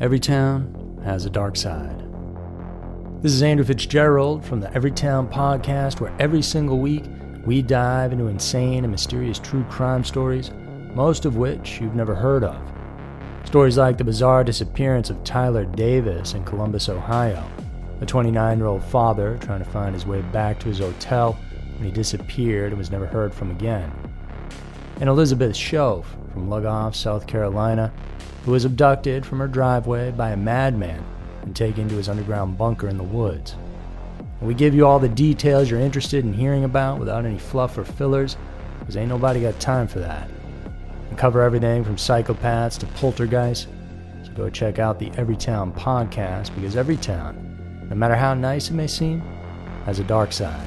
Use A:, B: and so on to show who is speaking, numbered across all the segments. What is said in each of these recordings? A: Every town has a dark side. This is Andrew Fitzgerald from the Everytown podcast, where every single week we dive into insane and mysterious true crime stories, most of which you've never heard of. Stories like the bizarre disappearance of Tyler Davis in Columbus, Ohio, a 29 year old father trying to find his way back to his hotel when he disappeared and was never heard from again, and Elizabeth Shove from Lugoff, South Carolina, who was abducted from her driveway by a madman and taken to his underground bunker in the woods. And we give you all the details you're interested in hearing about without any fluff or fillers, because ain't nobody got time for that. We cover everything from psychopaths to poltergeists, so go check out the Everytown podcast because every town, no matter how nice it may seem, has a dark side.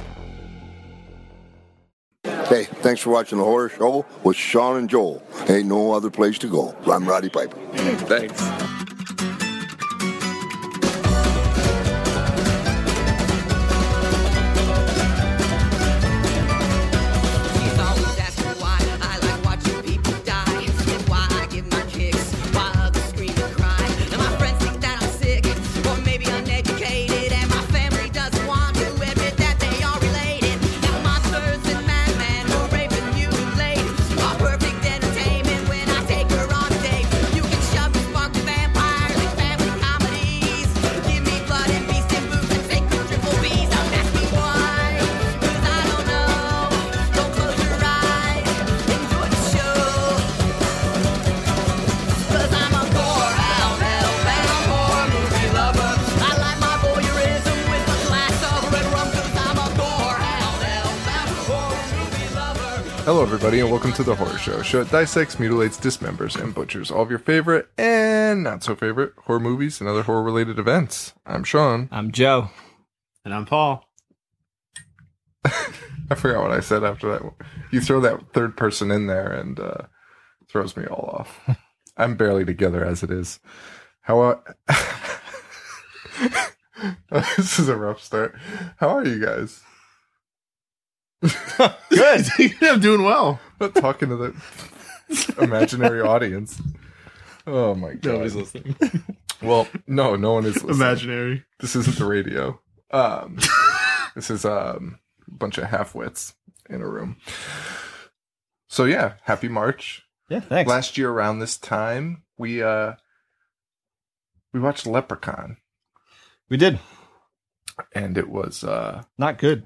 B: Hey, thanks for watching The Horror Show with Sean and Joel. Ain't no other place to go. I'm Roddy Piper.
C: Thanks.
D: She's always asking why I like watching people die, and why I give my kicks, why others scream and cry. And my friends think that I'm sick, or maybe uneducated, and my family doesn't want to admit that they are related. Now monsters and madmen who rape and mutilate are perfect entertainment when I take her on a date. You can shove and spark the vampires and family comedies. Give me blood and beast and boobs and take me triple B's. Don't ask me why, 'cause I don't know. Don't close your eyes. Enjoy the show. Cause I'm a poor out, hellbound horror movie lover. I like my voyeurism with a glass of red rum. Cause I'm a poor out, hellbound horror movie lover.
C: Hello, everybody, and welcome to the Horror Show. a Show that dissects, mutilates, dismembers, and butchers all of your favorite and not so favorite horror movies and other horror related events. I'm Sean.
E: I'm Joe.
F: And I'm Paul.
C: I forgot what I said after that. one. You throw that third person in there and uh, throws me all off. I'm barely together as it is. How? Oh, this is a rough start. How are you guys?
F: Good. I'm doing well.
C: Not talking to the imaginary audience. Oh my god!
F: Nobody's listening.
C: Well, no, no one is listening.
F: Imaginary.
C: This isn't the radio. Um, this is um, a bunch of half-wits in a room. So yeah, happy March.
E: Yeah, thanks.
C: Last year around this time, we uh we watched Leprechaun
E: we did.
C: and it was uh
E: Not good.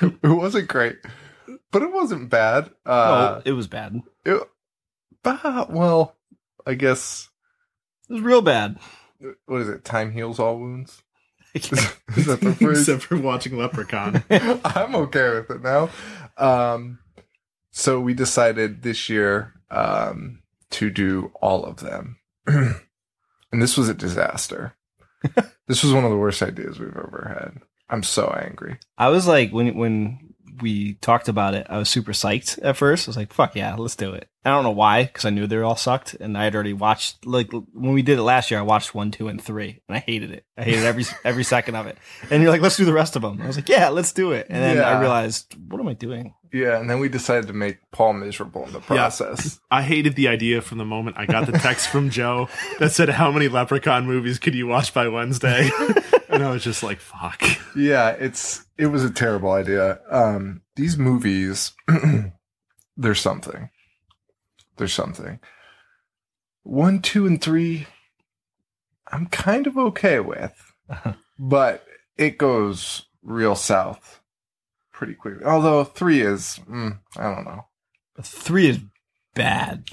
C: it wasn't great, but it wasn't bad. Uh
E: oh, it was bad.
C: it, bah, well, I guess
E: It was real bad.
C: what is it? Time heals all wounds.
E: I can't-
C: is that the phrase?
F: Except for watching Leprechaun.
C: I'm okay with it now. Um, so we decided this year um, to do all of them, and this was a disaster. this was one of the worst ideas we've ever had. I'm so angry.
E: I was like, when when we talked about it, I was super psyched at first. I was like, fuck yeah, let's do it. I don't know why, because I knew they all sucked, and I had already watched like when we did it last year. I watched one, two, and three, and I hated it. I hated every every second of it. And you're like, let's do the rest of them. I was like, yeah, let's do it. And then
C: Yeah.
E: I realized, what am I doing?
C: Yeah, and then we decided to make Paul miserable in the process.
F: I hated the idea from the moment I got the text from Joe that said, How many Leprechaun movies could you watch by Wednesday? and I was just like, Fuck.
C: yeah, it's it was a terrible idea. Um, these movies, there's something. There's something. One, two, and three, I'm kind of okay with, but it goes real south pretty quickly. Although three is, mm, I don't know.
E: Three is bad.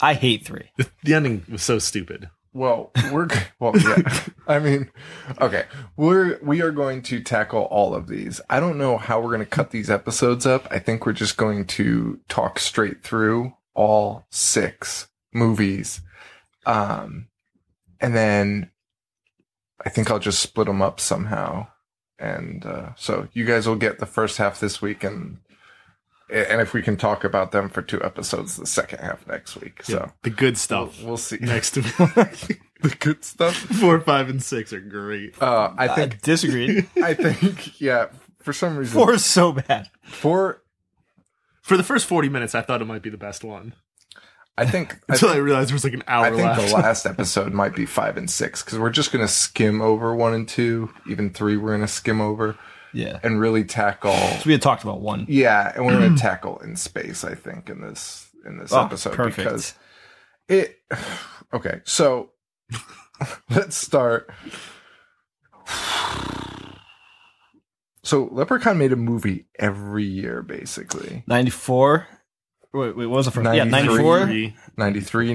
E: I hate three.
F: The ending was so stupid.
C: Well, we're g- well. Yeah. I mean, okay, we're we are going to tackle all of these. I don't know how we're going to cut these episodes up. I think we're just going to talk straight through all six movies, um, and then I think I'll just split them up somehow. And uh, so you guys will get the first half this week, and and if we can talk about them for two episodes, the second half next week. So.
F: The good stuff.
C: We'll see.
F: Next to
C: the good stuff.
F: Four, five, and six are great.
C: Uh, I
E: I
C: think.
E: disagreed.
C: I think. Yeah. For some reason,
E: Four is so bad.
C: four-
F: For the first 40 minutes, I thought it might be the best one.
C: I think I
F: Until I,
C: think-
F: realized there was like an hour
C: I think
F: left.
C: the last episode might be five and six because we're just going to skim over one and two, even three. We're going to skim over
E: Yeah.
C: and really tackle.
E: So we had talked about one.
C: Yeah, and we're going to tackle in space. I think in this in this
E: Oh,
C: episode
E: perfect.
C: because it. Okay, so let's start. So Leprechaun made a movie every year, basically.
E: 94. Wait, wait, what was the first? Yeah,
C: 93.
E: 94.
F: 93,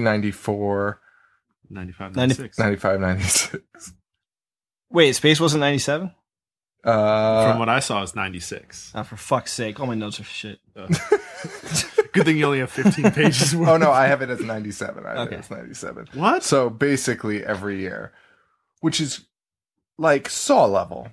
C: 93, 94,
F: 95,
E: Ninety-
F: 96.
C: 95, 96.
E: Wait, Space wasn't 97?
C: Uh,
F: From what I saw, it's 96.
E: Oh, for fuck's sake. All my notes are shit.
F: Good thing you only have 15 pages worth.
C: oh no, I have it as 97. I have
E: Okay.
C: it as 97.
F: What?
C: So basically every year, which is like Saw level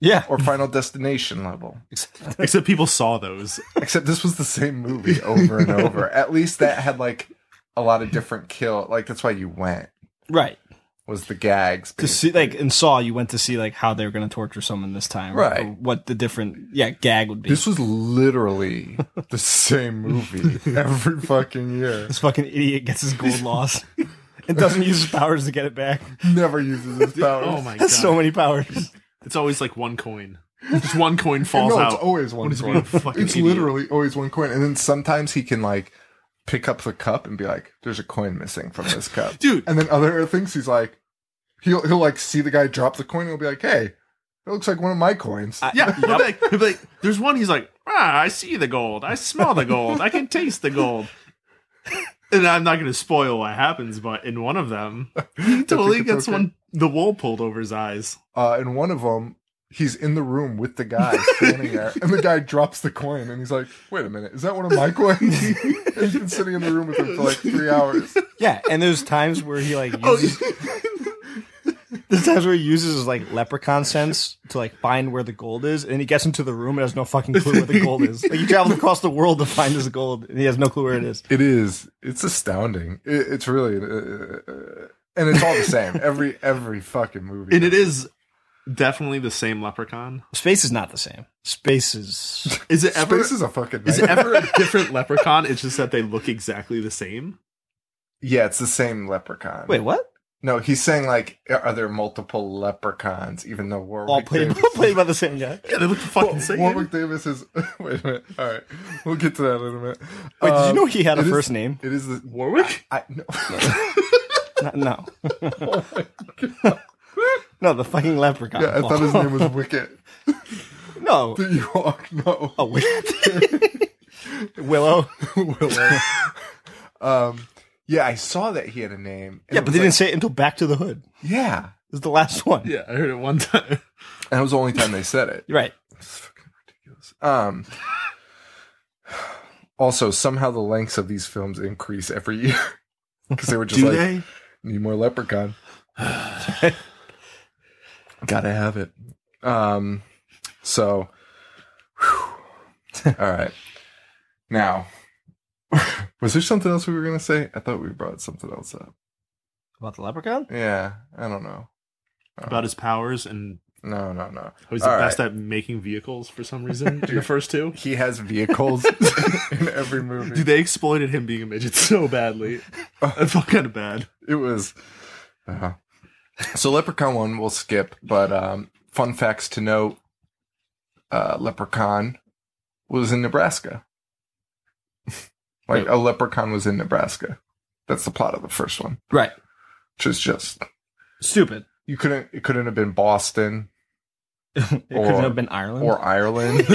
E: Yeah.
C: or Final Destination level,
F: Except people saw those.
C: except this was the same movie over and over. At least that had like a lot of different kill. Like that's why you went
E: right.
C: was the gags.
E: To see, like, in Saw, you went to see, like, how they were going to torture someone this time. or-
C: Right.
E: Or what the different, yeah, gag would be.
C: this was literally the same movie every fucking year.
E: This fucking idiot gets his gold lost and doesn't use his powers to get it back.
C: Never uses his powers.
F: Oh my god.
E: That's so many powers.
F: It's always like one coin. Just one coin falls
C: no,
F: out.
C: it's always one
F: What is
C: coin.
F: being a fucking
C: It's
F: idiot?
C: literally always one coin, and then sometimes he can like pick up the cup and be like, "There's a coin missing from this cup,
F: Dude.
C: And then other things, he's like, he'll he'll like see the guy drop the coin, and he'll be like, "Hey, it looks like one of my coins."
F: Yeah, he'll be like, he'll be like, there's one. He's like, ah, I see the gold, I smell the gold, I can taste the gold. And I'm not going to spoil what happens, but in one of them, he totally
C: it's
F: gets
C: okay.
F: one the wool pulled over his eyes.
C: Uh, and one of them, he's in the room with the guy standing there, and the guy drops the coin, and he's like, "Wait a minute, is that one of my coins?" and he's been sitting in the room with him for like three hours.
E: Yeah, and there's times where he like uses, there's times where he uses his like leprechaun sense to like find where the gold is, and he gets into the room and has no fucking clue where the gold is. Like he travels across the world to find his gold, and he has no clue where it is.
C: It is. It's astounding. It, it's really, uh, uh, and it's all the same. Every every fucking movie.
F: And it is definitely the same leprechaun.
E: Space is not the same. Space is
F: Is it ever?
C: Space is a fucking.
F: Is it
C: nightmare.
F: ever a different leprechaun? It's just that they look exactly the same.
C: yeah, it's the same leprechaun.
E: wait what?
C: no, he's saying like, are there multiple leprechauns? Even though Warwick
E: All played
C: Davis,
E: played by the same guy.
F: Yeah, they look the fucking same.
C: Warwick Davis is. wait a minute. All right, we'll get to that in a minute.
E: Wait, did you
C: Um,
E: know he had a
C: it is-
E: first name?
C: It is the.
F: Warwick?
C: I no.
E: Not, no, no, the fucking leprechaun.
C: yeah, I thought his name was Wicket.
E: no.
C: The York, no.
E: Oh, wait. Willow.
C: Willow. um, yeah, I saw that he had a name. and
E: Yeah,
C: it
E: but
C: was
E: they
C: like-
E: didn't say it until Back to the Hood.
C: Yeah,
E: It was the last one.
F: Yeah, I heard it one time.
C: and that was the only time they said it.
E: You're right.
C: Um. Also, somehow the lengths of these films increase every year because they were just
F: Do
C: like,
F: they?
C: need more Leprechaun. Gotta have it. Um. So. whew. All right. Now, was there something else we were gonna say? I thought we brought something else up.
E: About the leprechaun?
C: Yeah, I don't know.
F: About his powers and
C: No, no, no.
F: how he's
C: All
F: the
C: right.
F: best at making vehicles for some reason. in the first two.
C: He has vehicles in every movie.
F: Dude, they exploited him being a midget so badly.
C: Oh.
F: I felt kind of bad.
C: it was. uh So Leprechaun one we'll skip, but um, fun facts to note: uh, Leprechaun was in Nebraska. like a leprechaun was in Nebraska. That's the plot of the first one,
E: Right.
C: which is just
E: Stupid.
C: you couldn't. It couldn't have been Boston
E: It
C: Or-
E: couldn't have been Ireland.
C: or Ireland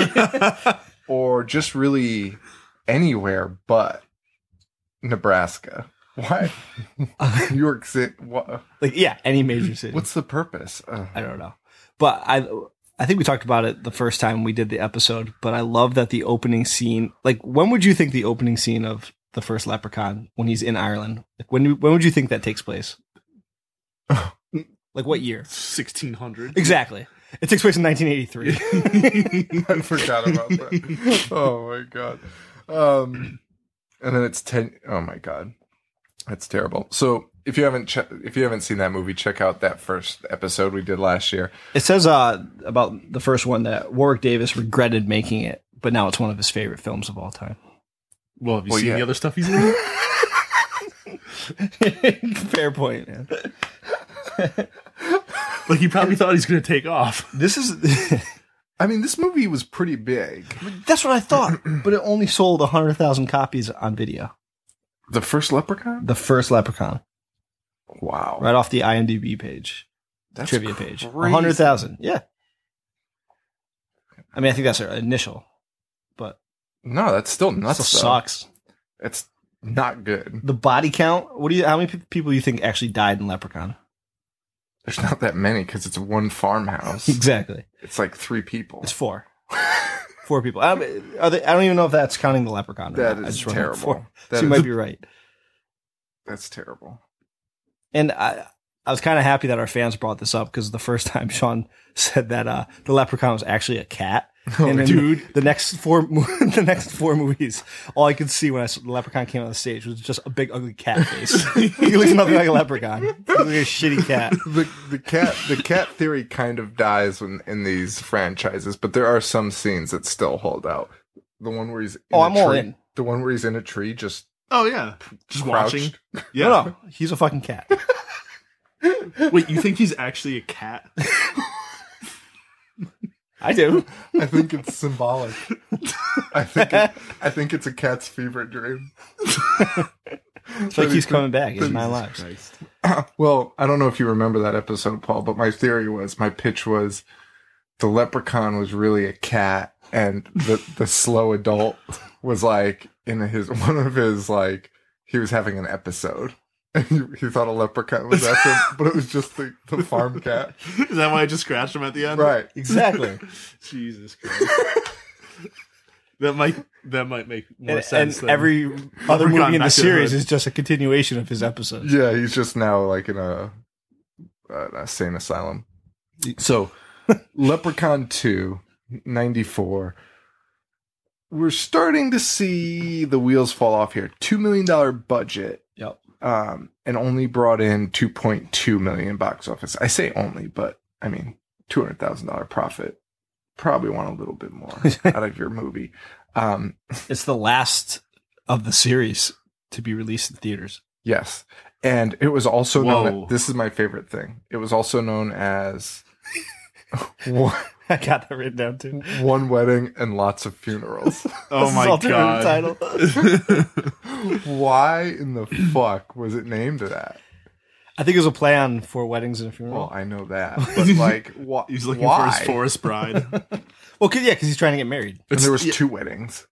C: or just really anywhere but Nebraska. Why New York City? What,
E: like, yeah, any major city.
C: what's the purpose? Ugh.
E: I don't know. But I I think we talked about it the first time we did the episode, but I love that the opening scene like when would you think the opening scene of the first leprechaun when he's in Ireland? Like when when would you think that takes place? like what year?
F: 1600.
E: Exactly. It takes place in 1983.
C: I forgot about that. Oh my god. Um, and then it's ten oh my god, that's terrible. So if you haven't che- if you haven't seen that movie, check out that first episode we did last year.
E: It says uh, about the first one that Warwick Davis regretted making it, but now it's one of his favorite films of all time.
F: Well, have you
C: Well,
F: seen
C: yeah.
F: the other stuff he's in?
E: Fair point, man.
F: Like he probably thought he's gonna take off.
E: This is
C: I mean, this movie was pretty big.
E: that's what I thought, but it only sold hundred thousand copies on video.
C: The first Leprechaun.
E: The first Leprechaun,
C: Wow,
E: right off the IMDb page,
C: That's
E: trivia page,
C: crazy.
E: hundred thousand. Yeah, I mean, I think that's our initial, but
C: No, that's still
E: that
C: nuts.
E: still
C: though.
E: sucks.
C: It's not good.
E: The body count. What do you? How many pe- people you think actually died in Leprechaun?
C: There's not that many because it's one farmhouse.
E: Exactly,
C: It's like three people.
E: it's four. Four people. I, mean, are they, I don't even know if that's counting the leprechaun. or
C: That
E: not. I
C: is
E: just wrote down
C: terrible.
E: four.
C: That
E: so you
C: is-
E: might be right.
C: That's terrible.
E: And I, I was kind of happy that our fans brought this up because the first time Sean said that uh, the leprechaun was actually a cat, and then
F: Oh, dude.
E: the next four, mo- the next four movies, all I could see when I saw the leprechaun came on the stage was just a big ugly cat face. he looks nothing like a leprechaun. He looks like a shitty cat.
C: The the cat the cat theory kind of dies when, in these franchises, but there are some scenes that still hold out. The one where he's in
E: Oh,
C: a
E: I'm all
C: tree-
E: in.
C: The one where he's in a tree, just
F: Oh yeah, just
C: Crouched.
F: watching.
E: No,
F: Yeah.
E: no, he's a fucking cat.
F: Wait, you think he's actually a cat?
E: I do.
C: I think it's symbolic. I think it, I think it's a cat's favorite dream.
E: It's like he's coming back. He's in my lives.
C: Well, I don't know if you remember that episode, Paul, but my theory was my pitch was the leprechaun was really a cat, and the the slow adult was like in his one of his like he was having an episode. And he, he thought a leprechaun was after him, but it was just the, the farm cat.
F: Is that why I just scratched him at the end?
C: Right.
E: Exactly.
F: Jesus Christ. that might that might make more
E: and,
F: sense.
E: and
F: than-
E: every other
F: Leprechaun
E: movie in
F: Back
E: the
F: to the
E: series
F: Hood.
E: is just a continuation of his episode.
C: Yeah, he's just now like in a, uh, a sane asylum. So, Leprechaun 2, 94. We're starting to see the wheels fall off here. $2 million budget
E: Yep.
C: um, and only brought in 2.2 million box office. I say only, but I mean, $200,000 profit. Probably want a little bit more out of your movie. Um,
E: It's the last of the series to be released in theaters.
C: Yes. And it was also known
F: Whoa.
C: this is my favorite thing. It was also known as one,
E: I got that written down too.
C: one wedding and lots of funerals.
F: oh
E: This is
F: my
E: alternative
F: god,
E: Title.
C: Why in the fuck was it named that?
E: I think it was a play on Four Weddings and a
C: Well,
E: Funeral.
C: I know that. But like why
F: he's looking
C: why?
F: for his forest bride.
E: Well, cause, yeah, because he's trying to get married.
C: And there was two weddings.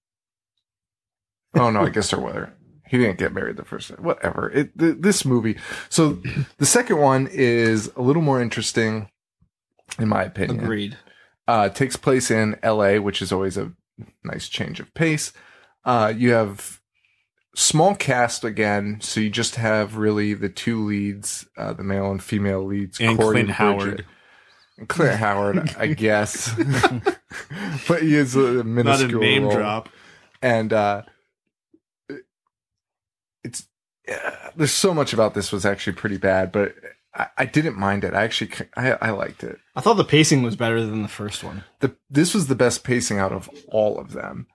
C: Oh no, I guess there were. He didn't get married the first time. Whatever. It th- this movie. So the second one is a little more interesting in my opinion.
E: Agreed.
C: uh, takes place in LA, which is always a nice change of pace. Uh, you have small cast again, so you just have really the two leads, uh, the male and female leads,
F: And
C: Corey
F: Clint
C: Bridget.
F: Howard.
C: And Clint Howard, I guess, but he is a
F: Not a
C: minuscule
F: name
C: role.
F: drop.
C: and uh, it's yeah, there's so much about this was actually pretty bad, but I, I didn't mind it. I actually c- I, I liked it
E: I thought the pacing was better than the first one.
C: the this was the best pacing out of all of them.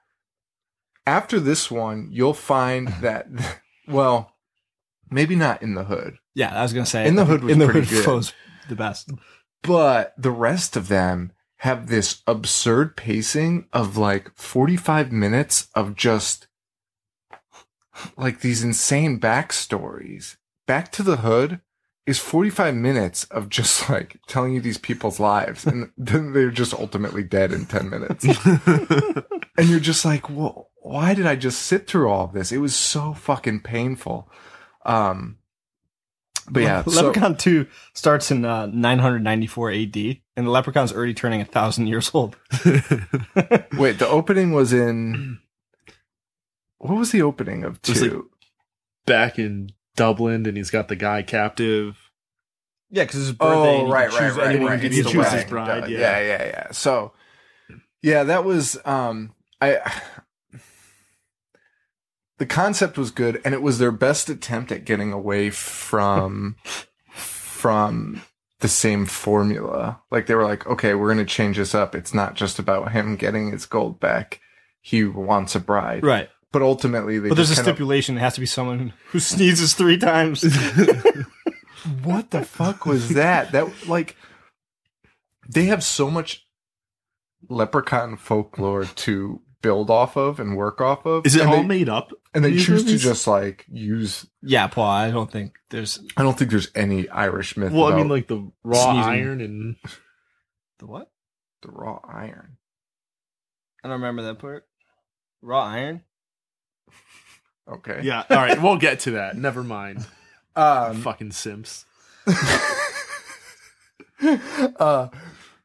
C: After this one, you'll find that well, maybe not in the hood,
E: Yeah, I was gonna say
C: In the
E: I think
C: Hood was
E: in the
C: pretty
E: hood
C: good.
E: flows the best.
C: but the rest of them have this absurd pacing of like 45 minutes of just like these insane backstories. Back to the Hood is 45 minutes of just like telling you these people's lives and then they're just ultimately dead in 10 minutes. and you're just like, well, why did I just sit through all of this? It was so fucking painful. Um, but yeah, so-
E: Leprechaun Two starts in uh, 994 AD, and the Leprechaun's already turning a thousand years old.
C: Wait, the opening was in. What was the opening of
F: Just like-
C: two?
F: Back in Dublin, and he's got the guy captive.
E: Yeah, because his
C: oh, right, right, right,
F: anyone
C: right.
F: who
C: It's
F: gets
C: the
F: to choose his
C: wedding.
F: bride,
C: Yeah,
F: yeah.
C: yeah, yeah, yeah. So, yeah, that was um, I. The concept was good, and it was their best attempt at getting away from from the same formula. Like they were like, okay, we're going to change this up. It's not just about him getting his gold back. He wants a bride.
E: Right.
C: But ultimately, they
E: But there's a
C: just kinda-
E: stipulation. It has to be someone who sneezes three times.
C: what the fuck was that? That like they have so much leprechaun folklore to build off of and work off of.
F: Is it
C: and
F: all
C: they,
F: made up?
C: And they
F: These
C: choose
F: movies?
C: to just like use.
E: yeah, Paul. I don't think there's
C: I don't think there's any Irish myth.
F: Well, I mean,
C: about
F: like the raw
E: Sneezing.
F: iron and
E: the what.
C: the raw iron.
E: I don't remember that part. Raw iron.
C: Okay.
F: yeah. All right, we'll get to that. Never mind.
C: Um,
F: Fucking Simps.
C: uh,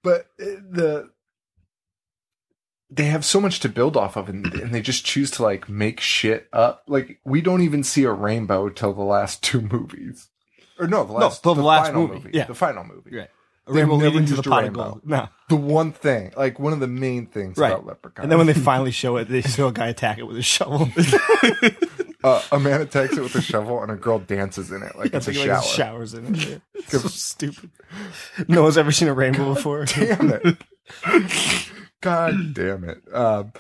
C: but the they have so much to build off of, and, and they just choose to like make shit up. Like we don't even see a rainbow till the last two movies, or no, the last
E: till the last
C: final
E: movie, yeah.
C: the final movie.
E: Right. A
C: They
E: rainbow
C: never
E: leading to the
C: used a
E: pot of
C: rainbow.
E: gold. No.
C: The one thing, like one of the main things
E: Right.
C: about Leprechaun,
E: And then when they finally show it, they show a guy attack it with a shovel.
C: uh, a man attacks it with a shovel and a girl dances in it like
E: I
C: it's a
E: think,
C: shower.
E: like, there's showers in it. It's so stupid. No one's ever seen a rainbow before.
C: damn it. God damn it. Um,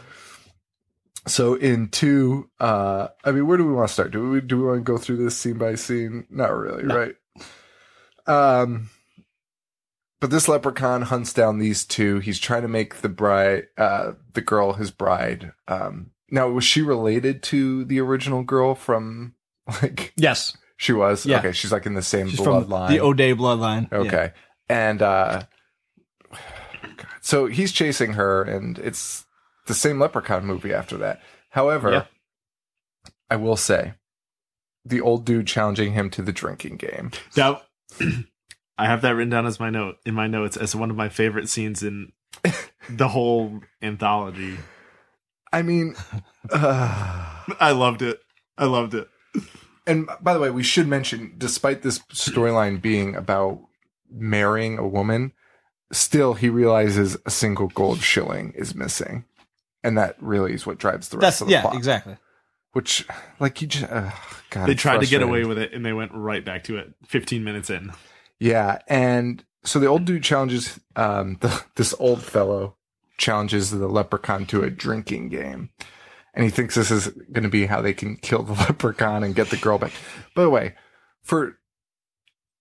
C: so in two, uh, I mean, where do we want to start? Do we do we want to go through this scene by scene? Not really, right? Um, but this leprechaun hunts down these two. He's trying to make the bride, uh, the girl, his bride. Um, now was she related to the original girl from like
E: Yes,
C: she was?
E: Yeah.
C: Okay, she's like in the same
E: she's from
C: bloodline.
E: the O'Day bloodline. Yeah.
C: Okay. And uh God. so he's chasing her and it's the same leprechaun movie after that. However,
F: Yeah.
C: I will say the old dude challenging him to the drinking game.
F: That I have that written down as my note in my notes as one of my favorite scenes in the whole anthology.
C: I mean uh,
F: I loved it. I loved it.
C: and by the way, we should mention despite this storyline being about marrying a woman, still he realizes a single gold shilling is missing. And that really is what drives the rest
E: That's
C: of the
E: yeah,
C: plot.
E: exactly.
C: which like you just uh, God,
F: They
C: it's
F: tried to get
C: frustrating.
F: away with it and they went right back to it 15 minutes in.
C: yeah and so the old dude challenges um the, this old fellow challenges the leprechaun to a drinking game and he thinks this is going to be how they can kill the leprechaun and get the girl back by the way for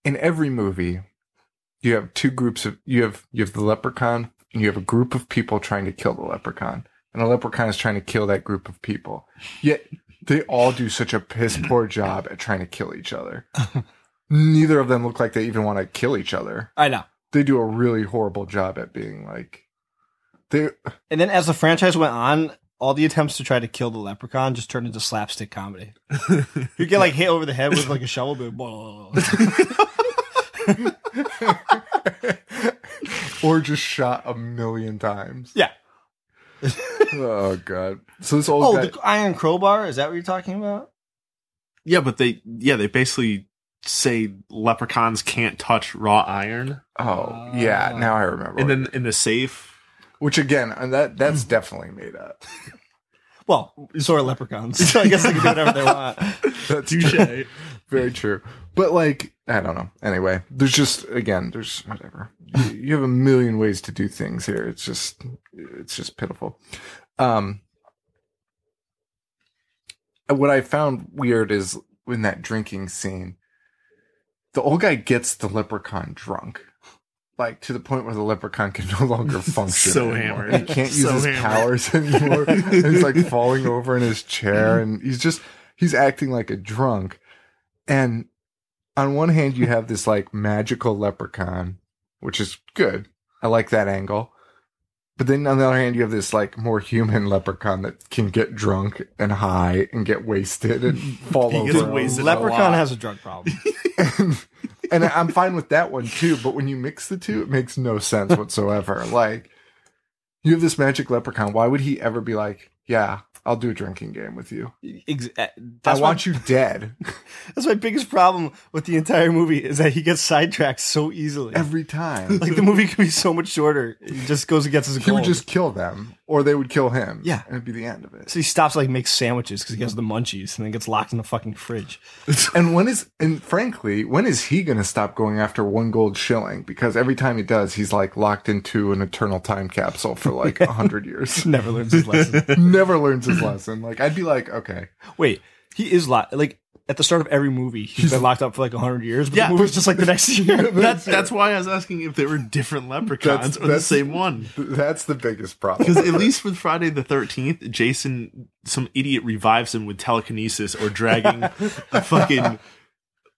C: in every movie you have two groups of you have you have the leprechaun and you have a group of people trying to kill the leprechaun and the leprechaun is trying to kill that group of people yet they all do such a piss poor job at trying to kill each other neither of them look like they even want to kill each other
E: I know.
C: they do a really horrible job at being like they
E: And then as the franchise went on, all the attempts to try to kill the leprechaun just turned into slapstick comedy. you get like hit over the head with like a shovel, but whoa.
C: or just shot a million times
E: yeah.
C: oh god so this old
E: Oh,
C: guy
E: the iron crowbar? Is that what you're talking about?
F: Yeah, but they yeah, they basically say leprechauns can't touch raw iron.
C: oh yeah now i remember
F: And then in the safe
C: which again and that that's definitely made up
E: Well, so are leprechauns. So I guess they can do whatever they want.
C: That's true. Very true. But like, I don't know. Anyway, there's just again, there's whatever. You, you have a million ways to do things here. It's just, it's just pitiful. Um, what I found weird is in that drinking scene, the old guy gets the leprechaun drunk. Like to the point where the leprechaun can no longer function.
F: So
C: anymore.
F: hammered.
C: He can't use
F: So
C: his
F: hammered.
C: powers anymore. And he's like falling over in his chair and he's just he's acting like a drunk. And on one hand you have this like magical leprechaun, which is good. I like that angle. But then on the other hand, you have this like more human leprechaun that can get drunk and high and get wasted and fall
F: He
C: over.
F: gets
C: and
F: wasted a
E: Leprechaun
F: lot.
E: has a drug problem.
C: and, and I'm fine with that one too. But when you mix the two, it makes no sense whatsoever. Like, you have this magic leprechaun. Why would he ever be like, "Yeah, I'll do a drinking game with you.
E: Ex- uh,
C: I
E: that's why-
C: want you dead
E: That's my biggest problem with the entire movie is that he gets sidetracked so easily.
C: every time."
E: like the movie could be so much shorter. It just goes and gets his
C: he
E: goal.
C: would just kill them or they would kill him.
E: Yeah.
C: and it'd be the end of it.
E: So he stops like makes sandwiches because he has the munchies and then gets locked in the fucking fridge.
C: And when is and frankly, when is he going to stop going after one gold shilling? Because every time he does, he's like locked into an eternal time capsule for like a hundred years.
E: Never learns his lesson.
C: Never learns his lesson. Like I'd be like, okay,
E: Wait, he is locked. Like at the start of every movie, he's been locked up for like hundred years. But
F: Yeah.
E: the movie's just like the next year.
F: That's that's why I was asking if they were different
C: That's-
F: leprechauns or the
C: that's-
F: same one.
C: th- that's the biggest problem.
F: Because at least with Friday the Thirteenth, Jason, some idiot revives him with telekinesis or dragging a fucking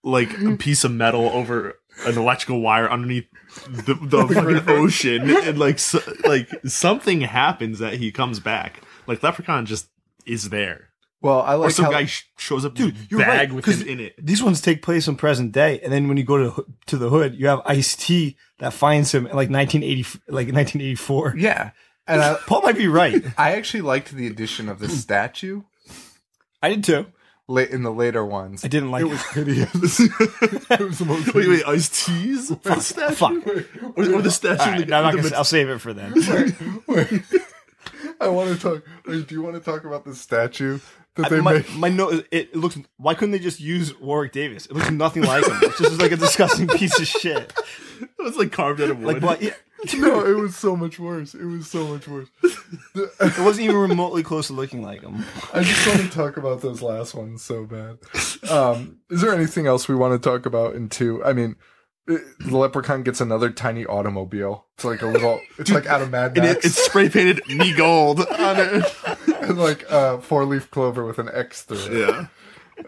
F: like a piece of metal over an electrical wire underneath the, the fucking ocean, and like so, like something happens that he comes back. Like Leprechaun just is there,
C: Well, I
F: or
C: like
F: some
C: how,
F: guy sh- shows up, dude,
E: you're
F: bag
E: right,
F: with
E: 'cause
F: him in it.
E: These ones take place in present day, and then when you go to the hoo- to the hood, you have Ice T that finds him in like nineteen eighty, like nineteen eighty four.
C: yeah, and I,
E: Paul might be right.
C: I actually liked the addition of the statue
E: I did too.
C: late in the later ones.
E: I didn't like it.
C: hideous. it was the most
F: Wait, wait, Ice T's statue,
E: Fuck.
F: Or, or the statue?
E: All right,
F: in the-
E: no, I'm not
F: in the
E: gonna,
F: mid-
E: I'll save it for then.
C: Wait. I want to talk. Wait, do you want to talk about the statue that they
E: my,
C: make?
E: my note, it, it looks. Why couldn't they just use Warwick Davis? It looks nothing like him. It's just like a disgusting piece of shit.
F: It was like carved out of wood.
E: Like, what? It,
C: No, it was so much worse. It was so much worse.
E: it wasn't even remotely close to looking like him.
C: I just want to talk about those last ones so bad. Um, is there anything else we want to talk about in two? I mean, it- the leprechaun gets another tiny automobile. It's like a little. It's like out of Mad
F: And
C: Max.
F: it, it's spray painted me gold on it.
C: and like uh, four leaf clover with an X through it.
F: Yeah. Mm-hmm.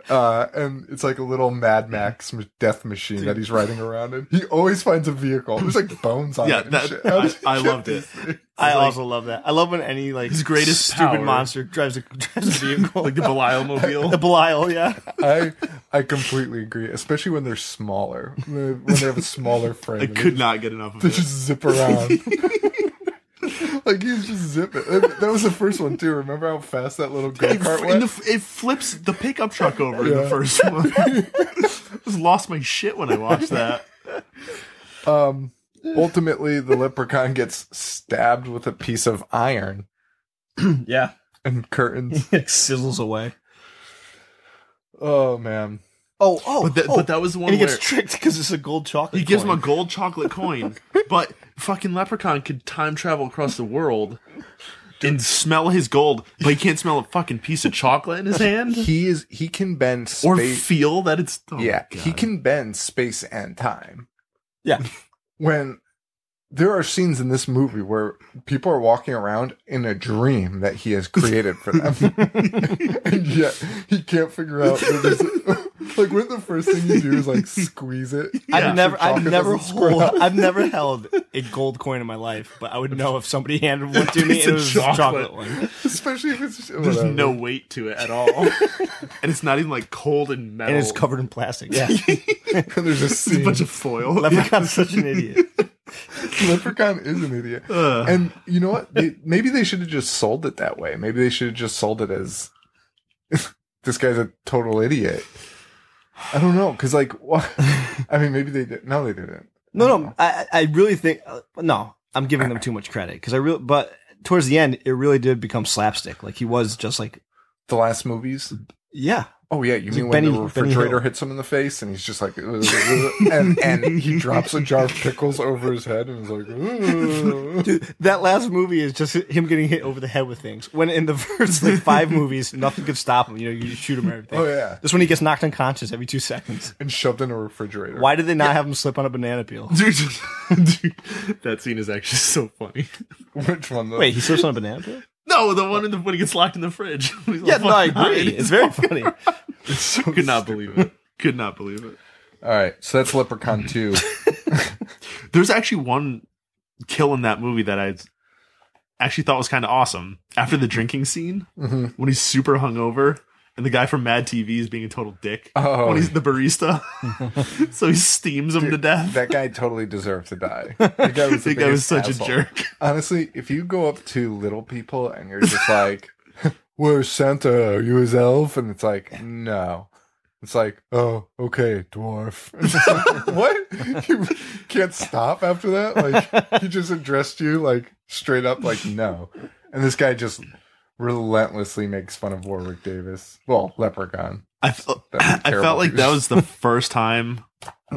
C: Uh, and it's like a little Mad Max m- death machine that he's riding around in. He always finds a vehicle. There's like bones on
F: Yeah,
C: it. and
F: that-
C: shit.
F: I-
C: How did
F: I
C: you
F: loved
C: get
F: it.
C: these things?
E: I also love that. I love when any like
F: His greatest
E: stupid
F: power-
E: monster drives a drives a vehicle
F: Like the Belial mobile.
E: the Belial. Yeah,
C: I I completely agree, especially when they're smaller. When they have a smaller frame.
F: I
C: and they
F: could not get enough of
C: They
F: it.
C: just zip around. like he's just zipping. That that was the first one too. Remember how fast that little go
F: It,
C: kart
F: in
C: went?
F: the, it flips the pickup truck over in
C: Yeah.
F: the first one. just lost my shit when I watched that.
C: Ultimately, the leprechaun gets stabbed with a piece of iron
E: yeah.
C: and curtains.
E: It sizzles away.
C: Oh man.
E: Oh, oh,
F: But that,
E: oh.
F: but that was the one
E: and he
F: where
E: gets tricked because it's a gold chocolate.
F: he gives him
E: coin.
F: a gold chocolate coin, but fucking Leprechaun could time travel across the world and smell his gold, but he can't smell a fucking piece of chocolate in his hand
C: He is he can bend
F: or
C: space.
F: feel that it's. oh my
C: yeah, he
F: God.
C: can bend space and time.
E: Yeah,
C: When there are scenes in this movie where people are walking around in a dream that he has created for them, and yet he can't figure out. that there's- like when the first thing you do is like squeeze it.
E: I've never, I've
C: Chocolate
E: never,
C: doesn't squirt
E: hold,
C: out.
E: I've never held a gold coin in my life, but I would know if somebody handed one to me.
F: It's
E: and it
F: a
E: was a
F: chocolate.
E: chocolate one,
C: especially if it's
F: There's
C: whatever.
F: no weight to it at all, and it's not even like cold and metal.
E: and it's covered in plastic. Yeah,
C: And there's a
F: It's
C: scene.
F: a bunch of foil.
E: Leprechaun's such an idiot.
C: Leprechaun is an idiot. And you know what? They, maybe they should have just sold it that way. Maybe they should have just sold it as this guy's a total idiot. I don't know, because like, what? I mean, maybe they did. No, they didn't.
E: No, no, I, I I really think uh, no. I'm giving them too much credit because I really, but towards the end, it really did become slapstick. Like he was just like,
C: The last movies.
E: yeah,
C: Oh yeah, you
E: It's
C: mean
E: like
C: when
E: Benny-
C: the
E: Benny
C: refrigerator
E: Hill.
C: hits him in the face and he's just like, "Ugh," and and he drops a jar of pickles over his head and is like, "Ugh."
E: dude, that last movie is just him getting hit over the head with things. When in the first like five movies, nothing could stop him. You know, you shoot him or everything.
C: oh yeah,
E: This one he gets knocked unconscious every two seconds.
C: and shoved in a refrigerator.
E: Why did they not have him slip on a banana peel?
F: Dude, dude, that scene is actually so funny.
C: Which one? Though?
E: Wait, he slips on a banana peel?
F: No, the one in the, when he gets locked in the fridge. He's all
E: Yeah, no, I
F: fucking
E: agree.
F: hide.
E: It's very funny.
F: Could not believe it. Could not believe it.
C: All right, so that's Leprechaun Two.
F: There's actually one kill in that movie that I actually thought was kind of awesome. After the drinking scene,
C: Mm-hmm.
F: when he's super hungover, and the guy from Mad TV is being a total dick.
C: Oh.
F: When he's the barista, so he steams him to death.
C: That guy totally deserved to die. That guy was, the
F: I think I
C: biggest
F: was such
C: asshole.
F: a jerk.
C: Honestly, if you go up to little people and you're just like, "Where's Santa? Are you his elf?" and it's like, "No," it's like, "Oh, okay, dwarf." It's just like, what? You can't stop after that. Like he just addressed you like straight up, like, "No." And this guy just relentlessly makes fun of Warwick Davis. Well, Leprechaun.
F: I, fe-
C: That'd be
F: I
C: terrible
F: felt like that
C: news.
F: was the first time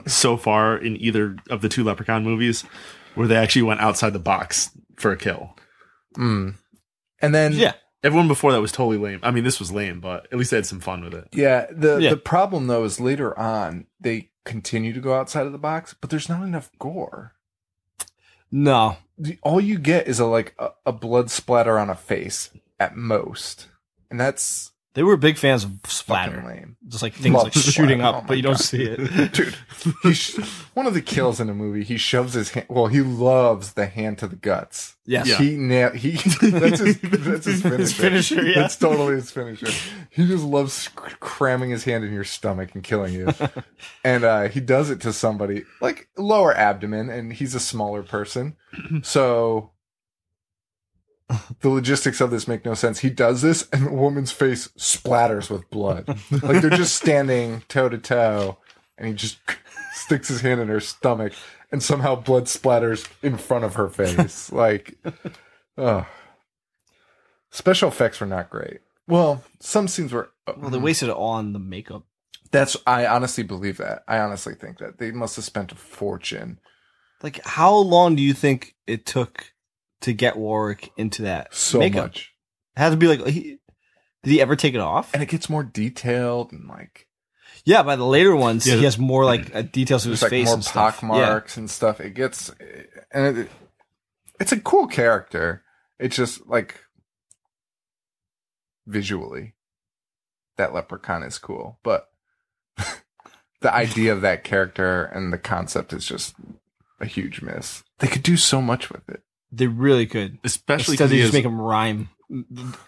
F: so far in either of the two Leprechaun movies where they actually went outside the box for a kill.
C: Mm. And then
E: Yeah.
F: Everyone before that was totally lame. I mean, this was lame, but at least they had some fun with it.
C: Yeah, the
E: Yeah.
C: the problem though is later on they continue to go outside of the box, but there's not enough gore.
E: No.
C: The- All you get is a like a, a blood splatter on a face at most, and that's
E: They were big fans of
C: fucking
E: splatter.
C: lame.
E: Just like things
C: Love
E: like shooting
C: splatter. Oh
E: up,
C: my
E: but you don't
C: God.
E: see it.
C: Dude, he sh- one of the kills in a movie, he shoves his hand. Well, he loves the hand to the guts.
E: Yes.
F: Yeah.
C: He na- he that's his that's his finisher.
E: His finisher, yeah.
C: That's totally his finisher. He just loves sc- cramming his hand in your stomach and killing you. and uh, he does it to somebody like lower abdomen, and he's a smaller person, so the logistics of this make no sense. He does this, and the woman's face splatters with blood. like they're just standing toe to toe, and he just sticks his hand in her stomach, and somehow blood splatters in front of her face. like, oh. Special effects were not great. Well, some scenes were. uh, mm.
E: Well, they wasted it all on the makeup.
C: That's. I honestly believe that. I honestly think that they must have spent a fortune.
E: Like, how long do you think it took to get Warwick into that
C: So
E: makeup?
C: much.
E: It had to be like, he, did he ever take it off?
C: and it gets more detailed and like
E: yeah, by the later ones,
F: Yeah.
E: he has more like uh, details of his
C: there's like
E: face
C: more
E: and stuff.
C: pock marks and stuff. It gets and it, it's a cool character. It's just like visually that leprechaun is cool, but the idea of that character and the concept is just a huge miss. They could do so much with it.
E: Yeah. They really could.
F: Especially
E: Instead,
F: because
E: they
F: he
E: just
F: is,
E: make him rhyme.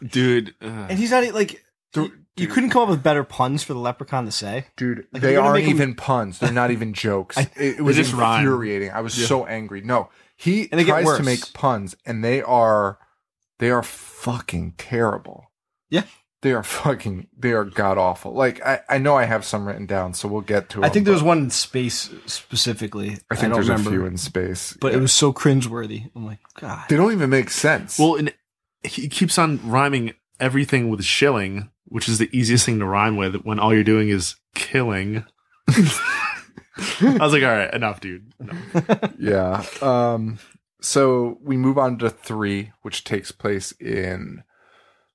F: dude. uh, ugh.
E: And he's not e, like,
C: Dude,
E: you- you couldn't come up with better puns for the leprechaun to say.
C: Dude,
E: Like,
C: they
E: you're gonna
C: aren't
E: make 'em-
C: even puns. They're not even jokes.
E: I-
C: it, it was
F: just rhyme.
C: infuriating. I was
F: Yeah.
C: so angry. No, he
E: And they get
C: tries
E: worse.
C: to make puns, and they are they are fucking terrible.
E: Yeah.
C: they are fucking they are god awful. Like I, I know I have some written down, so we'll get to.
E: I think
C: them,
E: there was
C: but
E: one in space specifically.
C: I think
E: don't
C: there's
E: remember,
C: a few in space,
E: but
C: Yeah.
E: it was so cringeworthy. I'm like, God.
C: they don't even make sense.
F: Well, and he keeps on rhyming everything with shilling, which is the easiest thing to rhyme with when all you're doing is killing. I was like, all right, enough, dude. No.
C: yeah. Um, so we move on to three, which takes place in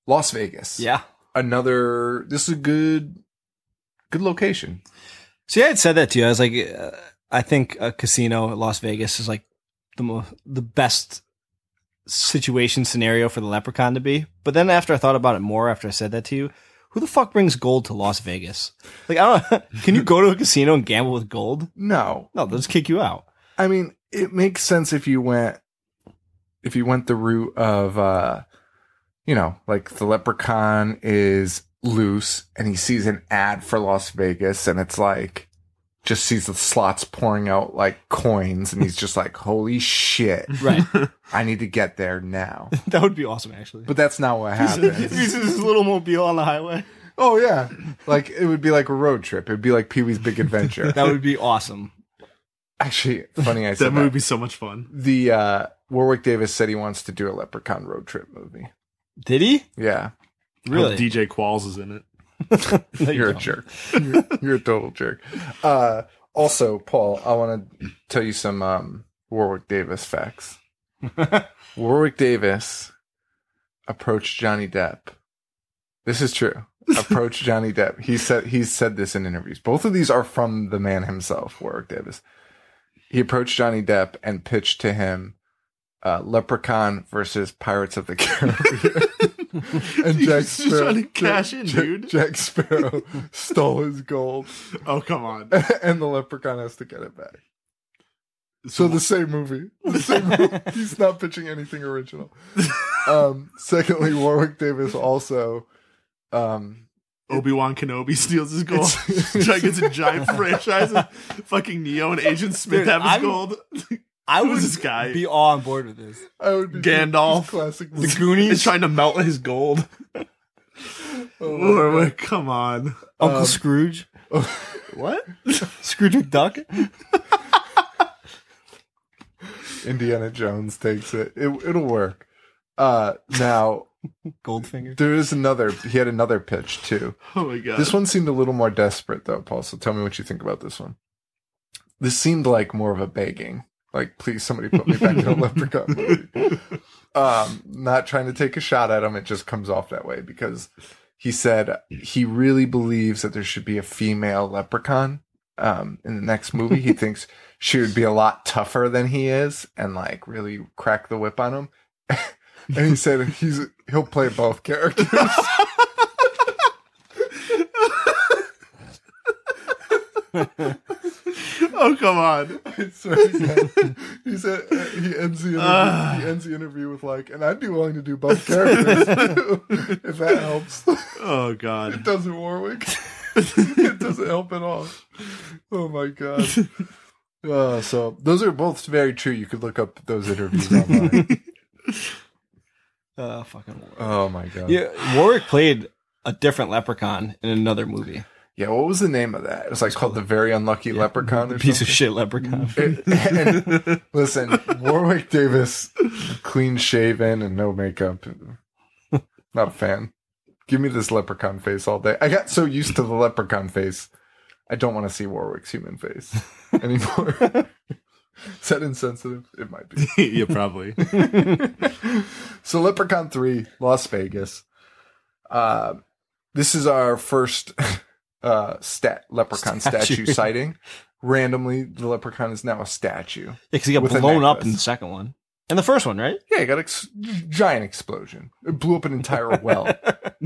C: Las Vegas.
E: Yeah.
C: another. This is a good good location.
E: See, I had said that to you. I was like, uh, I think a casino at Las Vegas is like the mo- the best situation scenario for the leprechaun to be. But then after I thought about it more, after I said that to you, who the fuck brings gold to Las Vegas? Like, I don't. Can you go to a casino and gamble with gold?
C: No,
E: No, they'll just kick you out.
C: I mean, it makes sense if you went if you went the route of uh you know, like the leprechaun is loose and he sees an ad for Las Vegas and it's like just sees the slots pouring out like coins and he's just like, Holy shit,
E: Right.
C: I need to get there now.
E: that would be awesome, actually.
C: But that's not what happens.
E: Uses his little mobile on the highway.
C: oh yeah. Like it would be like a road trip. It'd be like Pee Wee's Big Adventure.
E: That would be awesome.
C: Actually, funny I said
F: That movie would be so much fun.
C: the uh Warwick Davis said he wants to do a leprechaun road trip movie.
E: Did he?
C: Yeah,
E: Really?
F: Oh, DJ Qualls is in it.
E: No, you
C: you're a
E: don't.
C: jerk. You're, you're a total jerk. Uh, also, Paul, I want to tell you some um, Warwick Davis facts. Warwick Davis approached Johnny Depp. This is true. Approached Johnny Depp. He said he's said this in interviews. Both of these are from the man himself, Warwick Davis. He approached Johnny Depp and pitched to him uh, Leprechaun versus Pirates of the Caribbean. and
F: He
C: Jack
F: was just
C: Sparrow,
F: trying to cash in,
C: Jack-
F: dude.
C: Jack Sparrow stole his gold,
F: Oh, come on.
C: and the leprechaun has to get it back. So the same movie, the same movie. He's not pitching anything original. Um, secondly, Warwick Davis also. Um,
F: Obi Wan Kenobi steals his gold.
C: It's-
F: Jack gets a giant franchise. Fucking Neo and Agent Smith
E: Dude,
F: have his
E: I'm-
F: gold.
E: I
F: Who's
E: would
F: this guy?
E: be all on board with this.
C: I would be
F: Gandalf.
C: classic.
F: The Goonies is trying to melt his gold. Warwick, come on.
E: Uncle Scrooge?
F: What?
E: Scrooge McDuck?
C: Indiana Jones takes it. it it'll work. Uh, now
E: Goldfinger.
C: there is another. He had another pitch too.
F: Oh my god.
C: This one seemed a little more desperate though, Paul. So tell me what you think about this one. This seemed like more of a begging. Like, please, somebody put me back in a leprechaun movie. Um, not trying to take a shot at him. It just comes off that way because he said he really believes that there should be a female leprechaun um, in the next movie. He thinks she would be a lot tougher than he is and like really crack the whip on him. and he said he's he'll play both characters.
F: oh come on.
C: I swear to God. he said uh, he ends the interview, he ends the interview with like, and I'd be willing to do both characters too, if that helps.
F: Oh
C: It
F: god.
C: doesn't, Warwick. it doesn't help at all. Oh my god. Uh, so those are both very true. You could look up those interviews online.
E: Uh, fucking Warwick.
C: oh my god.
E: Yeah, Warwick played a different leprechaun in another movie.
C: Yeah. What was the name of that? It was like called the Very Unlucky Leprechaun. Or
E: Piece
C: something.
E: of shit leprechaun.
C: and listen, Warwick Davis, clean shaven and no makeup. Not a fan. Give me this leprechaun face all day. I got so used to the leprechaun face. I don't want to see Warwick's human face anymore. Is that insensitive? It might be.
F: yeah, probably.
C: So Leprechaun 3, Las Vegas. Uh, this is our first uh, stat leprechaun statue.
E: Statue.
C: sighting. Randomly, the leprechaun is now a statue.
E: Because he got
C: With a
E: blown up in the
C: necklace.
E: second one. And the first one, right?
C: Yeah, it got a ex- giant explosion. It blew up an entire well.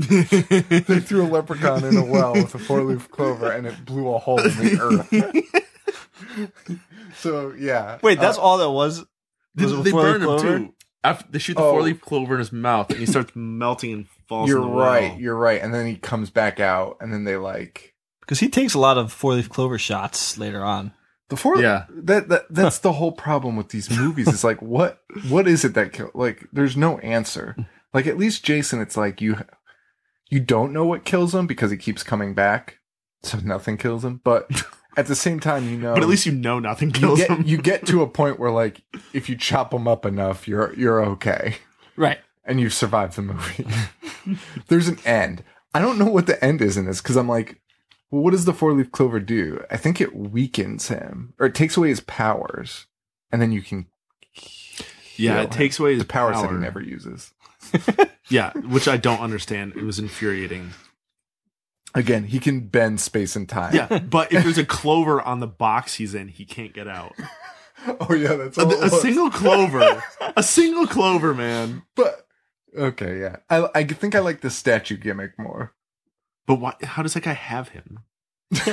C: they threw a leprechaun in a well with a four leaf clover and it blew a hole in the earth. so, yeah.
E: Wait, that's all that was?
F: They,
E: Was it
F: they
E: four-leaf
F: burn him
E: clover?
F: too. After they shoot the
C: Oh.
F: four leaf clover in his mouth, and he starts melting and falls.
C: Uh, You're
F: in the
C: right.
F: well.
C: You're right. And then he comes back out and then they like.
E: Because he takes a lot of four leaf clover shots later on.
C: The four,
F: Yeah.
C: that, that that's the whole problem with these movies. It's like what what is it that kill? Like, there's no answer. Like at least Jason, it's like you you don't know what kills him because he keeps coming back, so nothing kills him. But at the same time, you know.
F: But at least you know nothing
C: you
F: kills him.
C: get, you get to a point where like if you chop them up enough, you're you're okay
E: Right.
C: and you've survived the movie. There's an end. I don't know what the end is in this because I'm like, well, what does the four leaf clover do? I think it weakens him or it takes away his powers, and then you can
F: yeah,
C: kill
F: it
C: him.
F: takes away his
C: the powers that
F: power.
C: he never uses.
F: Yeah, which I don't understand. It was infuriating.
C: Again, he can bend space and time.
F: Yeah, but if there's a clover on the box he's in, he can't get out.
C: Oh yeah, that's
F: A,
C: all it
F: a
C: was.
F: single clover, a single clover, man.
C: But okay, yeah, I I think I like the statue gimmick more.
F: But why? How does that guy have him?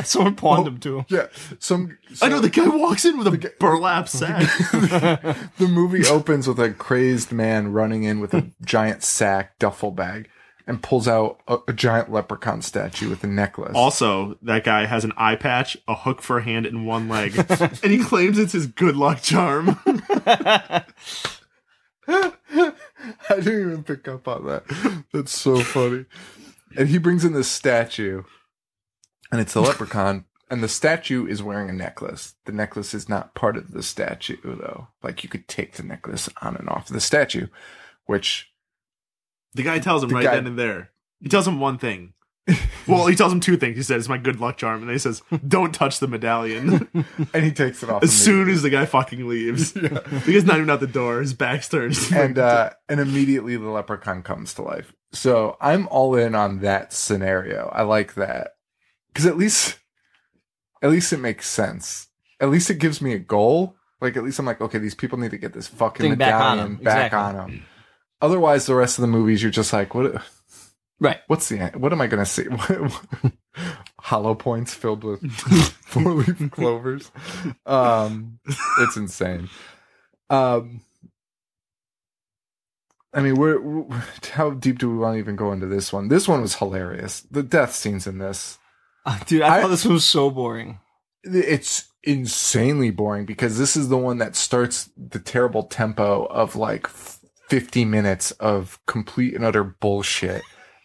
E: Someone pawned him to him.
C: Yeah, some.
F: I know the guy walks in with a burlap sack.
C: the movie opens with a crazed man running in with a giant sack duffel bag and pulls out a, a giant leprechaun statue with a necklace.
F: also, that guy has an eye patch, a hook for a hand, and one leg, and he claims it's his good luck charm.
C: I didn't even pick up on that. That's so funny. And he brings in this statue, and it's a leprechaun, and the statue is wearing a necklace. The necklace is not part of the statue, though. Like you could take the necklace on and off the statue, which
F: The guy tells him
C: The
F: right
C: guy-
F: then and there. He tells him one thing. Well, he tells him two things. He says, "It's my good luck charm," and then he says, "Don't touch the medallion."
C: and he takes it off
F: as soon
C: immediately.
F: as the guy fucking leaves, the guy's not even out the door. His back's turned.
C: and uh, and immediately the leprechaun comes to life. So I'm all in on that scenario. I like that because at least at least it makes sense. At least it gives me a goal. Like at least I'm like, okay, these people need to get this fucking
E: Thing back on
C: medallion
E: 'em.
C: back
E: Exactly.
C: on them. Otherwise, the rest of the movies, you're just like, what?
E: Right.
C: What's the? What am I gonna see? Hollow points filled with four leaf clovers. Um, it's insane. Um, I mean, we're, we're- how deep do we want to even go into this one? This one was hilarious. The death scenes in this,
E: Uh, Dude, I,
C: I-
E: thought this was so boring.
C: it's insanely boring because this is the one that starts the terrible tempo of like 50 minutes of complete and utter bullshit,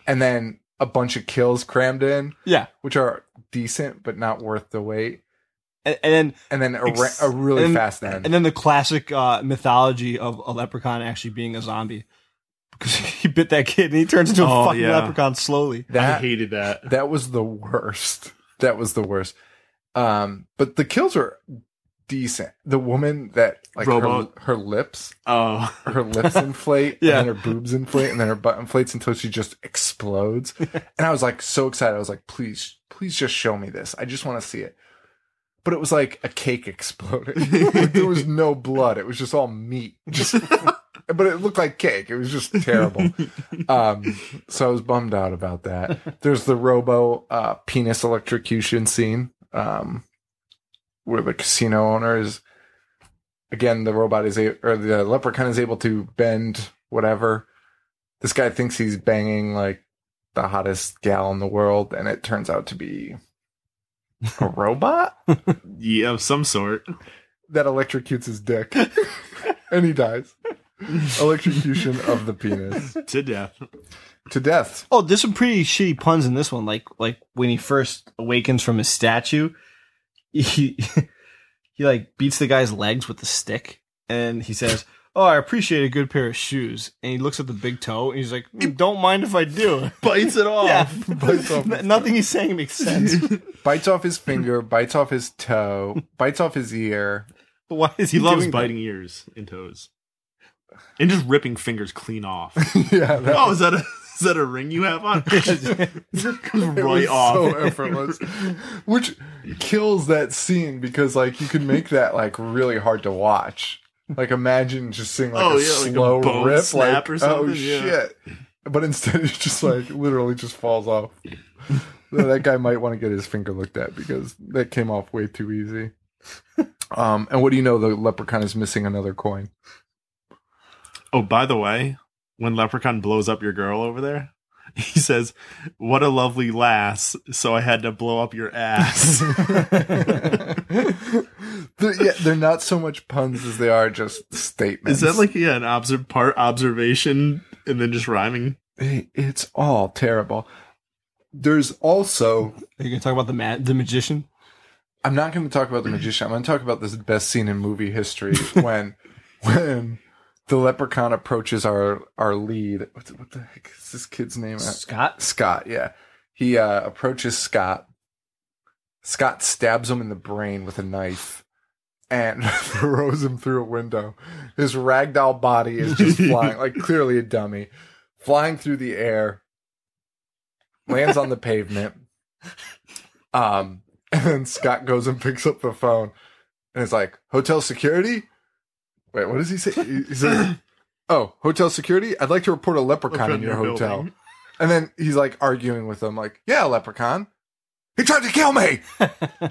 C: and then a bunch of kills crammed in,
E: Yeah.
C: which are decent but not worth the wait,
E: And, and then
C: and then a, ra-
E: Ex-
C: a really
E: and-
C: fast end.
E: and then the classic uh, mythology of a leprechaun actually being a zombie. because he bit that kid and he turns into a
F: Oh,
E: fucking
F: yeah.
E: leprechaun slowly.
F: I
C: That-
F: hated that.
C: That was the worst. That was the worst. Um, but the kills were decent. The woman that like her,
F: Robo.
C: her lips,
F: Oh,
C: her lips inflate,
E: Yeah.
C: and then her boobs inflate, and then her butt inflates until she just explodes. and I was like so excited. I was like, please, please just show me this. I just want to see it. But it was like a cake exploding. Like, there was no blood. It was just all meat. Just, but it looked like cake. It was just terrible. Um, so I was bummed out about that. There's the Robo uh, penis electrocution scene um, where the casino owner is again the robot is a- or the leprechaun is able to bend whatever. This guy thinks he's banging like the hottest gal in the world, and it turns out to be a robot
F: yeah, of some sort.
C: that electrocutes his dick, and he dies. Electrocution of the penis
F: To death.
C: to death.
E: Oh, there's some pretty shitty puns in this one. Like like when he first awakens from his statue, he he like beats the guy's legs with the stick, and he says, "Oh, I appreciate a good pair of shoes." And he looks at the big toe, and he's like, "Hmm, "Don't mind if I do."
F: Bites it off.
E: Yeah,
C: Bites off his-
E: N- nothing he's saying makes sense.
C: Bites off his finger, bites off his toe, bites off his ear.
E: But Why is he,
F: He loves
E: doing that?
F: biting ears and toes. And just ripping fingers clean off.
C: yeah, that
F: oh, is that a is that a ring you have on? It comes
C: It
F: right
C: was
F: off.
C: So effortless, which kills that scene because like you can make that like really hard to watch. Like imagine just seeing like
F: Oh,
C: a
F: yeah, like a
C: slow
F: bone
C: rip,
F: snap
C: like
F: or
C: oh
F: something, yeah."
C: shit! But instead, it just like literally just falls off. So that guy might want to get his finger looked at because that came off way too easy. Um, and what do you know? The leprechaun is missing another coin.
F: Oh, by the way, when Leprechaun blows up your girl over there, he says, "What a lovely lass!" So I had to blow up your ass.
C: They're- yeah, they're not so much puns as they are just statements.
F: is that like yeah an observ- part observation and then just rhyming?
C: It- it's all terrible. There's also
E: Are you gonna talk about the ma- the magician?
C: I'm not going to talk about the magician. I'm going to talk about this best scene in movie history when when the leprechaun approaches our our lead. What the, what the heck is this kid's name?
E: Scott.
C: Scott. Yeah, he uh, approaches Scott. Scott stabs him in the brain with a knife and throws him through a window. His ragdoll body is just flying, like clearly a dummy, flying through the air, lands on the pavement. Um, and then Scott goes and picks up the phone and is like, Hotel security? Wait, what does he say? He he says, Oh, hotel security? I'd like to report a leprechaun in your hotel.
F: building.
C: And then he's like arguing with them, like, yeah, leprechaun. He tried to kill me.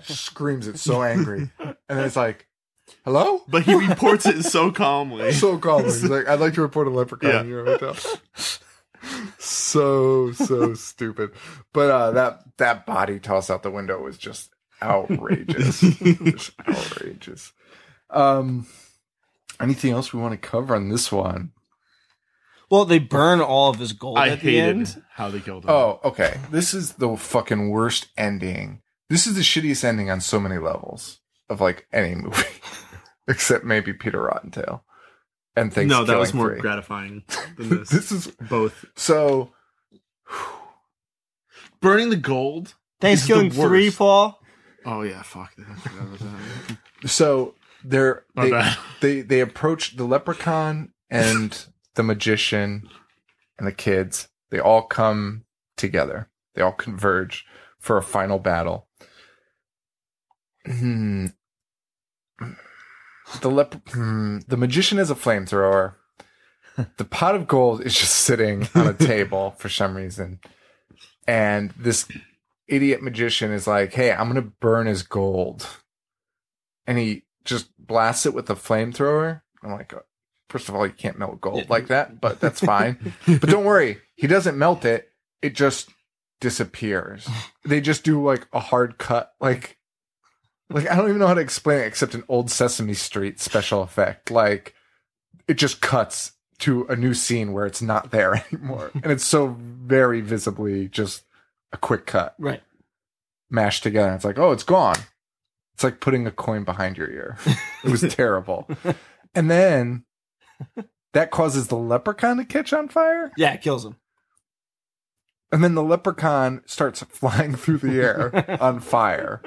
C: Screams it so angry. And then it's like, hello?
F: But he reports it so calmly.
C: So calmly. He's like, I'd like to report a leprechaun
F: Yeah.
C: in your hotel. So, so stupid. But uh that that body toss out the window was just outrageous. just outrageous. Um anything else we want to cover on this one?
E: Well, they burn all of his gold
F: I
E: at the
F: hated
E: end.
F: how they killed him.
C: Oh, okay. This is the fucking worst ending. This is the shittiest ending on so many levels of like any movie, except maybe Peter Rottentail. And things.
F: no, that was
C: Killing
F: more
C: Three.
F: gratifying than this.
C: this is
F: Both
C: so.
F: burning the gold.
E: Thanksgiving
F: the worst.
E: three, Paul.
F: Oh yeah, fuck that. uh, I forgot about that.
C: So they're
F: My
C: they,
F: bad.
C: they they approach the leprechaun and the magician and the kids. They all come together. They all converge for a final battle. Hmm. The lep- hmm. the magician is a flamethrower. The pot of gold is just sitting on a table for some reason. And this idiot magician is like, "Hey, I'm going to burn his gold." and he just blasts it with a flamethrower. I'm like, uh, first of all, you can't melt gold like that, but that's fine. but don't worry, he doesn't melt it. It just disappears. They just do like a hard cut, like, like I don't even know how to explain it except an old Sesame Street special effect. Like, it just cuts to a new scene where it's not there anymore, and it's so very visibly just a quick cut
E: Right.
C: mashed together. It's like, oh, it's gone. It's like putting a coin behind your ear. It was terrible. And then That causes the leprechaun to catch on fire.
E: Yeah, it kills him.
C: And then the leprechaun starts flying through the air on fire.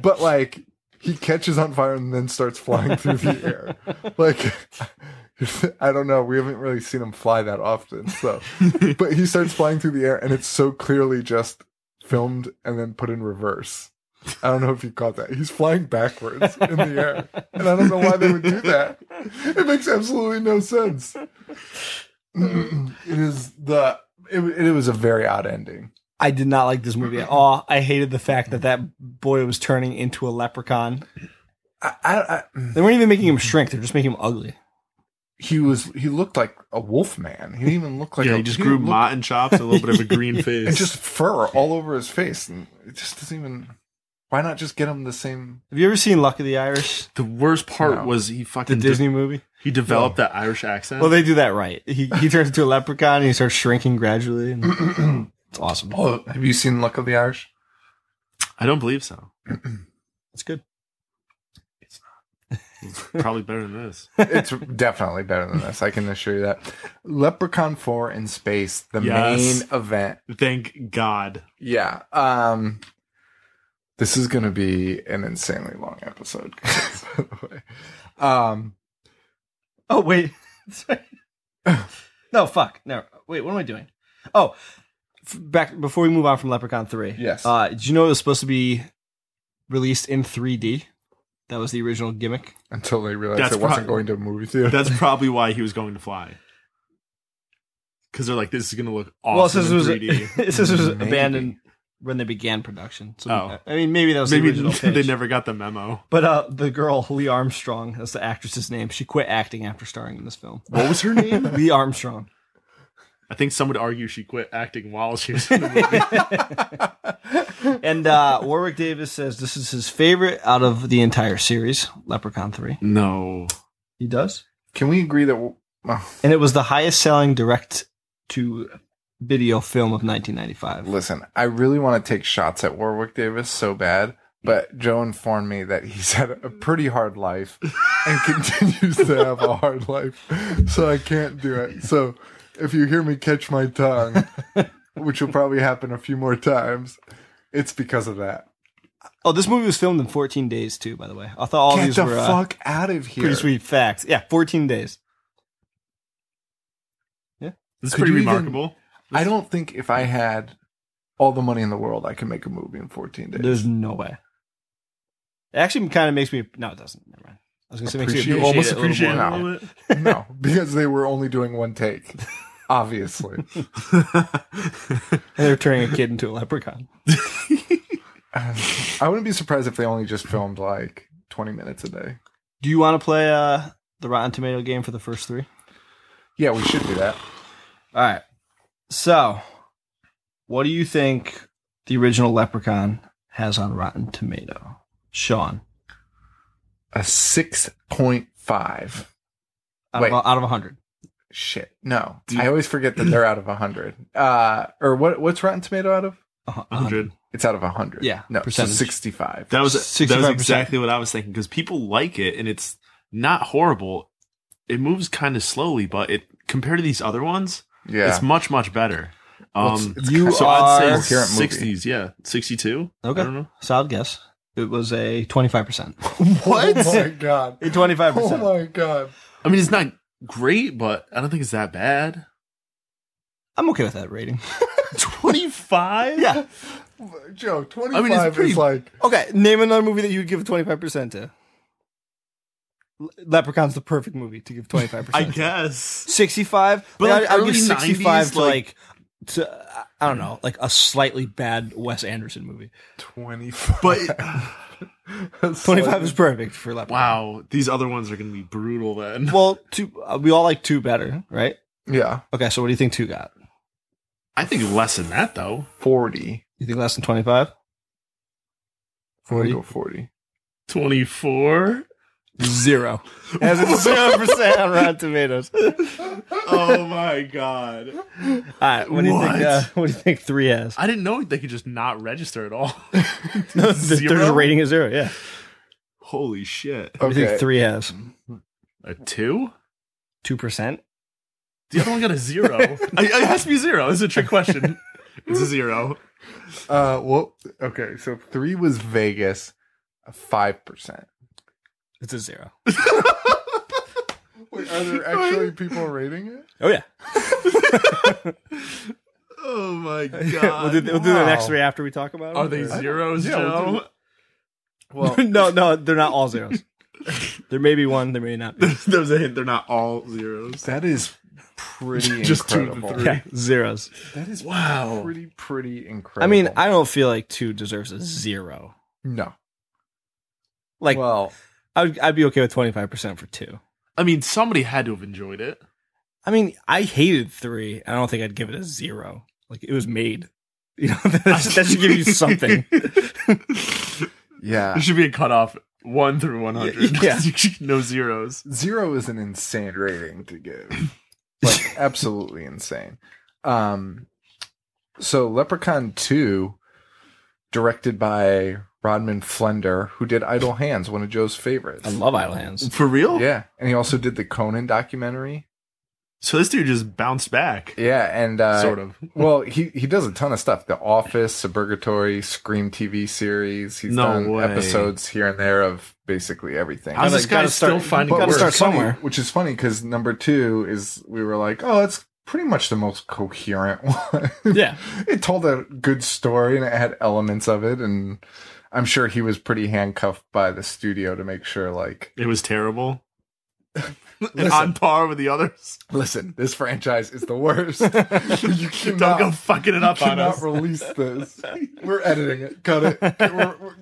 C: But like he catches on fire and then starts flying through the air. Like I don't know, we haven't really seen him fly that often. So but he starts flying through the air and it's so clearly just filmed and then put in reverse. I don't know if you caught that. He's flying backwards in the air. And I don't know why they would do that. It makes absolutely no sense. it is the it, it was a very odd ending.
E: I did not like this movie at all. I hated the fact that that boy was turning into a leprechaun.
C: I, I, I,
E: They weren't even making him shrink; they're just making him ugly.
C: he was he looked like a wolf man. He didn't even look like
F: yeah,
C: a,
F: he just
C: didn't
F: grew
C: look-
F: mutton chops and a little bit of a green
C: It's
F: face.
C: just fur all over his face, and it just doesn't even. Why not just get him the same?
E: Have you ever seen Luck of the Irish,
F: the worst part
C: No.
F: was he
E: the
F: fucking de-
E: Disney movie?
F: he developed that Irish accent.
E: Well, they do that right. He he turns into a leprechaun and he starts shrinking gradually. And it's awesome.
C: Oh, have you seen Luck of the Irish?
F: I don't believe so.
E: It's good.
F: Probably better than this.
C: It's definitely better than this. I can assure you that. Leprechaun Four in space, the
F: Yes.
C: main event.
F: Thank God.
C: Yeah. Um. This is going to be an insanely long episode. guys, by the way. Um.
E: Oh wait, Sorry. no fuck, no wait. What am I doing? Oh, f- back before we move on from Leprechaun Three.
C: Yes.
E: Uh, did you know it was supposed to be released in 3D? That was the original gimmick.
C: Until they realized
F: That's
C: it wasn't
F: prob-
C: going to a movie theater.
F: That's probably why he was going to fly. Because they're like, this is going to look awesome
E: well, it says it was,
F: in 3D.
E: it says it was
C: Maybe.
E: abandoned when they began production. So
F: Oh.
E: I mean, maybe that was
F: Maybe
E: the original pitch.
F: they never got the memo.
E: But uh, the girl Lee Armstrong, that's the actress's name. She quit acting after starring in this film.
F: What was her name?
E: Lee Armstrong.
F: I think some would argue she quit acting while she was in the movie.
E: And uh, Warwick Davis says this is his favorite out of the entire series, Leprechaun Three.
F: no.
E: He does.
C: Can we agree that? w- oh,
E: And it was the highest selling direct to video film of 1995.
C: listen, I really want to take shots at Warwick Davis so bad, but Joe informed me that he's had a pretty hard life and continues to have a hard life, so I can't do it. So if you hear me catch my tongue, which will probably happen a few more times, it's because of that.
E: Oh, this movie was filmed in 14 days too. By the way, I thought all
C: Get
E: these
C: the
E: were uh,
C: fuck out of here!
E: pretty sweet facts. Yeah, 14 days.
F: This is
C: Could
F: pretty
C: you even-
F: remarkable.
C: I don't think if I had all the money in the world, I could make a movie in 14 days.
E: There's no way. It actually kind of makes me. No, it doesn't. Never mind. I was gonna say makes
C: Appreciate-
E: you
C: you almost
E: almost
C: appreciate
E: appreciate it. a
C: it.
E: little more.
C: No. no, because they were only doing one take, obviously.
E: And they're turning a kid into a leprechaun.
C: I wouldn't be surprised if they only just filmed like 20 minutes a day.
E: Do you want to play uh, the Rotten Tomato game for the first three?
C: Yeah, we should do that.
E: All right. So, what do you think the original Leprechaun has on Rotten Tomato, Sean?
C: A 6.5.
E: Out
C: Wait.
E: of out of hundred.
C: Shit. No.
F: Do-
C: I always forget that they're out of 100. Uh or what what's Rotten Tomato out of?
E: Uh,
F: 100.
C: It's out of 100.
E: Yeah,
C: No, so
E: percentage.
C: 65.
F: That was that was
E: 65%.
F: exactly what I was thinking because people like it and it's not horrible. It moves kind of slowly, but it compared to these other ones,
C: yeah.
F: it's much much better. Um,
C: It's- it's
E: you
C: kind of-
F: so I'd
E: are-
F: say
C: Coherent movie.
F: sixties, yeah, sixty two.
E: Okay.
F: I don't know.
E: Solid guess. It was a twenty-five percent.
C: What? Oh my god.
E: A twenty-five
C: Oh
E: percent.
C: my god.
F: I mean, it's not great, but I don't think it's that bad.
E: I'm okay with that rating.
F: Twenty five.
E: Yeah.
C: Joe, 25
F: mean, it's pretty-
C: is like
E: Okay. Name another movie that you would give twenty-five percent to. Le- Leprechaun's the perfect movie to give twenty-five
F: I
E: percent.
F: guess.
E: 65
F: But,
E: but
F: like,
E: I, I
F: early
E: give 65
F: 90s,
E: to like to i don't know like a slightly bad wes anderson movie
C: 25.
F: But
C: That's
E: 25
C: like-
E: is perfect for leprechaun
F: wow, these other ones are going to be brutal. Then
E: well two uh, we all like two better right
C: Yeah.
E: okay so what do you think two got
F: I think less than that though.
C: 40.
E: you think less than
C: I'm
E: 25
C: gonna
E: 40?
C: go 40.
F: Twenty four.
E: zero as in zero percent on rotten tomatoes all
F: Oh my god.
E: right what do you
F: What?
E: think uh, what do you think three has
F: I didn't know they could just not register at all.
E: no, th- they're
F: Zero?
E: just rating a zero yeah
F: Holy shit.
E: what do you think three has
F: A two?
E: two percent.
F: The other one got a zero. I, I- it has to be zero. It's a trick question. It's a zero.
C: Uh, well, okay. So three was Vegas, five percent.
E: It's a zero.
C: Wait, are there actually people rating it?
E: Oh yeah.
F: Oh my god.
E: we'll, do, we'll do the next
C: wow.
E: three after we talk about. 'em,
F: Are they
E: or-
F: zeros,
C: Yeah, we'll do
F: Joe?
C: it. Well,
E: no, no, they're not all zeros. there may be one. There may not. be.
F: That was a hint. They're not all zeros.
C: that is pretty
F: Just two of the
C: incredible.
F: three.
E: Yeah, zeros.
C: That is
F: Wow.
C: pretty pretty incredible.
E: I mean, I don't feel like two deserves a zero.
C: no.
E: Like
C: well,
E: I'd, I'd be okay with twenty five percent for two.
F: I mean, somebody had to have enjoyed it.
E: I mean, I hated three. I don't think I'd give it a zero. Like it was made. You know, that should, that should give you something.
C: yeah.
F: There should be a cutoff one through 100.
E: Yeah.
F: no zeros.
C: zero is an insane rating to give like absolutely insane um so leprechaun 2 directed by rodman flender who did idle hands one of joe's favorites
E: I love Idle Hands.
F: For real?
C: yeah and he also did the conan documentary
F: So this dude just bounced back.
C: yeah and uh
F: sort of.
C: well he he does a ton of stuff the office suburgatory scream tv series he's
F: No
C: done
F: way.
C: episodes here and there of basically everything
F: How's
E: Gotta-
F: this guy
E: gotta
F: still
E: start-
F: finding
E: gotta
C: we're
F: work?
E: start
C: funny-
E: somewhere.
C: Which is funny because number two is we were like, oh, it's pretty much the most coherent one.
E: Yeah.
C: it told a good story and it had elements of it, and I'm sure he was pretty handcuffed by the studio to make sure, like,
F: It was terrible. and
C: Listen.
F: on par with the others.
C: listen, this franchise is the worst. you
F: Don't
C: cannot.
F: go fucking it up on
C: cannot
F: us.
C: release this. We're editing it. Cut it. We're-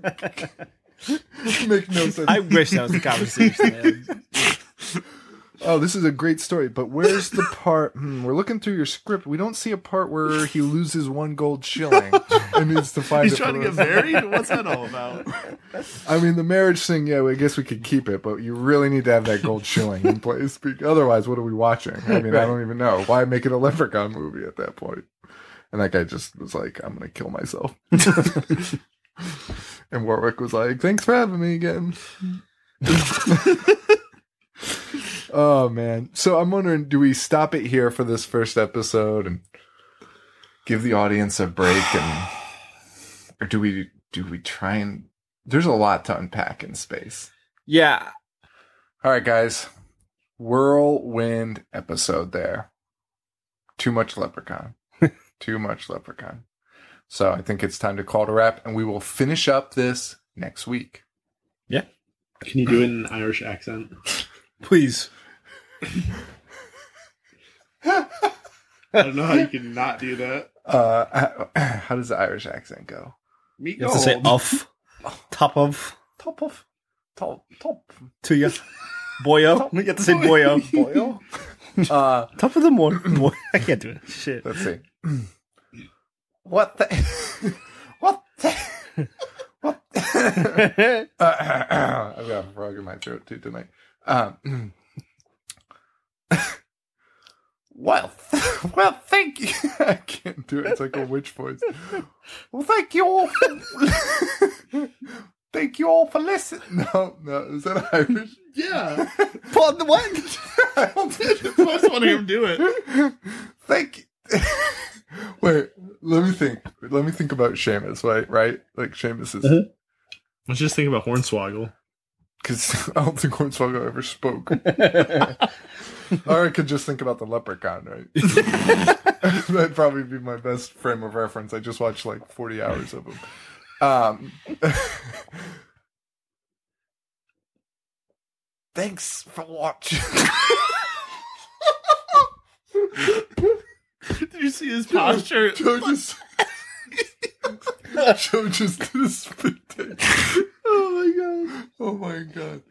C: we're- make no sense.
E: I wish that was the conversation. man.
C: Oh, this is a great story, but where's the part? Hmm, we're looking through your script. We don't see a part where he loses one gold shilling and needs to find
F: He's
C: it. for
F: trying to
C: the
F: get
C: rest-
F: married? What's that all about?
C: I mean, the marriage thing, yeah, I guess we could keep it, but you really need to have that gold shilling in place. Because otherwise, what are we watching? I mean, I don't even know. Why make it a leprechaun movie at that point? And that guy just was like, I'm going to kill myself. and Warwick was like, thanks for having me again. oh, man. So I'm wondering, do we stop it here for this first episode and give the audience a break? And, or do we, do we try and, there's a lot to unpack in space.
E: yeah.
C: All right, guys. Whirlwind episode there. Too much leprechaun. Too much leprechaun. So I think it's time to call to wrap, and we will finish up this next week.
F: Can you do it in an Irish accent?
E: Please.
F: I don't know how you can not do that.
C: Uh, how does the Irish accent go?
F: Meat
E: You have to say
F: gold.
E: off. Top of.
C: Top of, top, top,
E: To you. Boyo. You have to say boyo.
C: boil. uh,
E: Top of the morning. Boy. I can't do it. Shit.
C: let's see. What the? what the? What? The, I've got a frog in my throat too tonight. Um, well, th- well, thank you. I can't do it. It's like a witch voice. Well, thank you all. For- thank you all for listening. No, no, is that Irish?
F: yeah.
C: Pardon what? I don't think it's
F: I just want to hear him do it.
C: Thank you. Wait, let me think. Let me think about Seamus, right? Right? Like Seamus is
F: I was just thinking about Hornswoggle.
C: because I don't think Hornswoggle ever spoke. or I could just think about the leprechaun, right? That'd probably be my best frame of reference. I just watched like 40 hours of them. Um, thanks for watching.
F: Did you see his posture?
C: Joe just. Joe just did a spit take. Oh my god. Oh my god.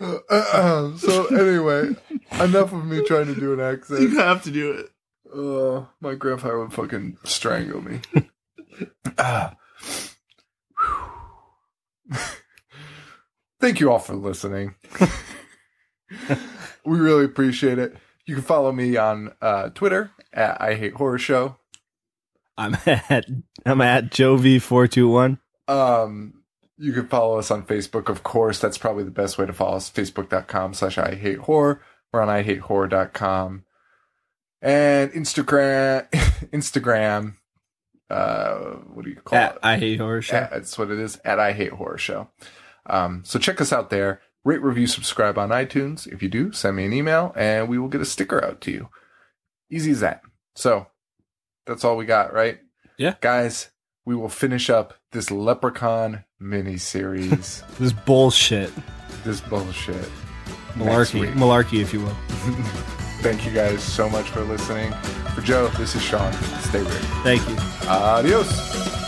C: Uh, uh, so anyway, enough of me trying to do an
F: You
C: accent.
F: have to do it.
C: Uh, my grandfather would fucking strangle me. Ah. Whew. Thank you all for listening. we really appreciate it. You can follow me on uh, Twitter at I Hate Horror Show.
E: I'm at I'm at Joe V four two one.
C: Um, you can follow us on Facebook, of course. That's probably the best way to follow us. Facebook.com slash I hate horror. We're on IHateHorror.com and Instagram. Instagram. Uh, what do you call
E: At
C: it?
E: I hate horror show.
C: Yeah, that's what it is. At I Hate Horror Show. Um, so check us out there. Rate, review, subscribe on iTunes. If you do, send me an email and we will get a sticker out to you. Easy as that. So that's all we got, right?
E: Yeah.
C: Guys, we will finish up this Leprechaun miniseries.
E: This bullshit,
C: this bullshit. Next
E: malarkey,
C: week.
E: malarkey, if you will.
C: Thank you guys so much for listening. For Joe, this is Sean. Stay weird.
E: Thank you.
C: Adios.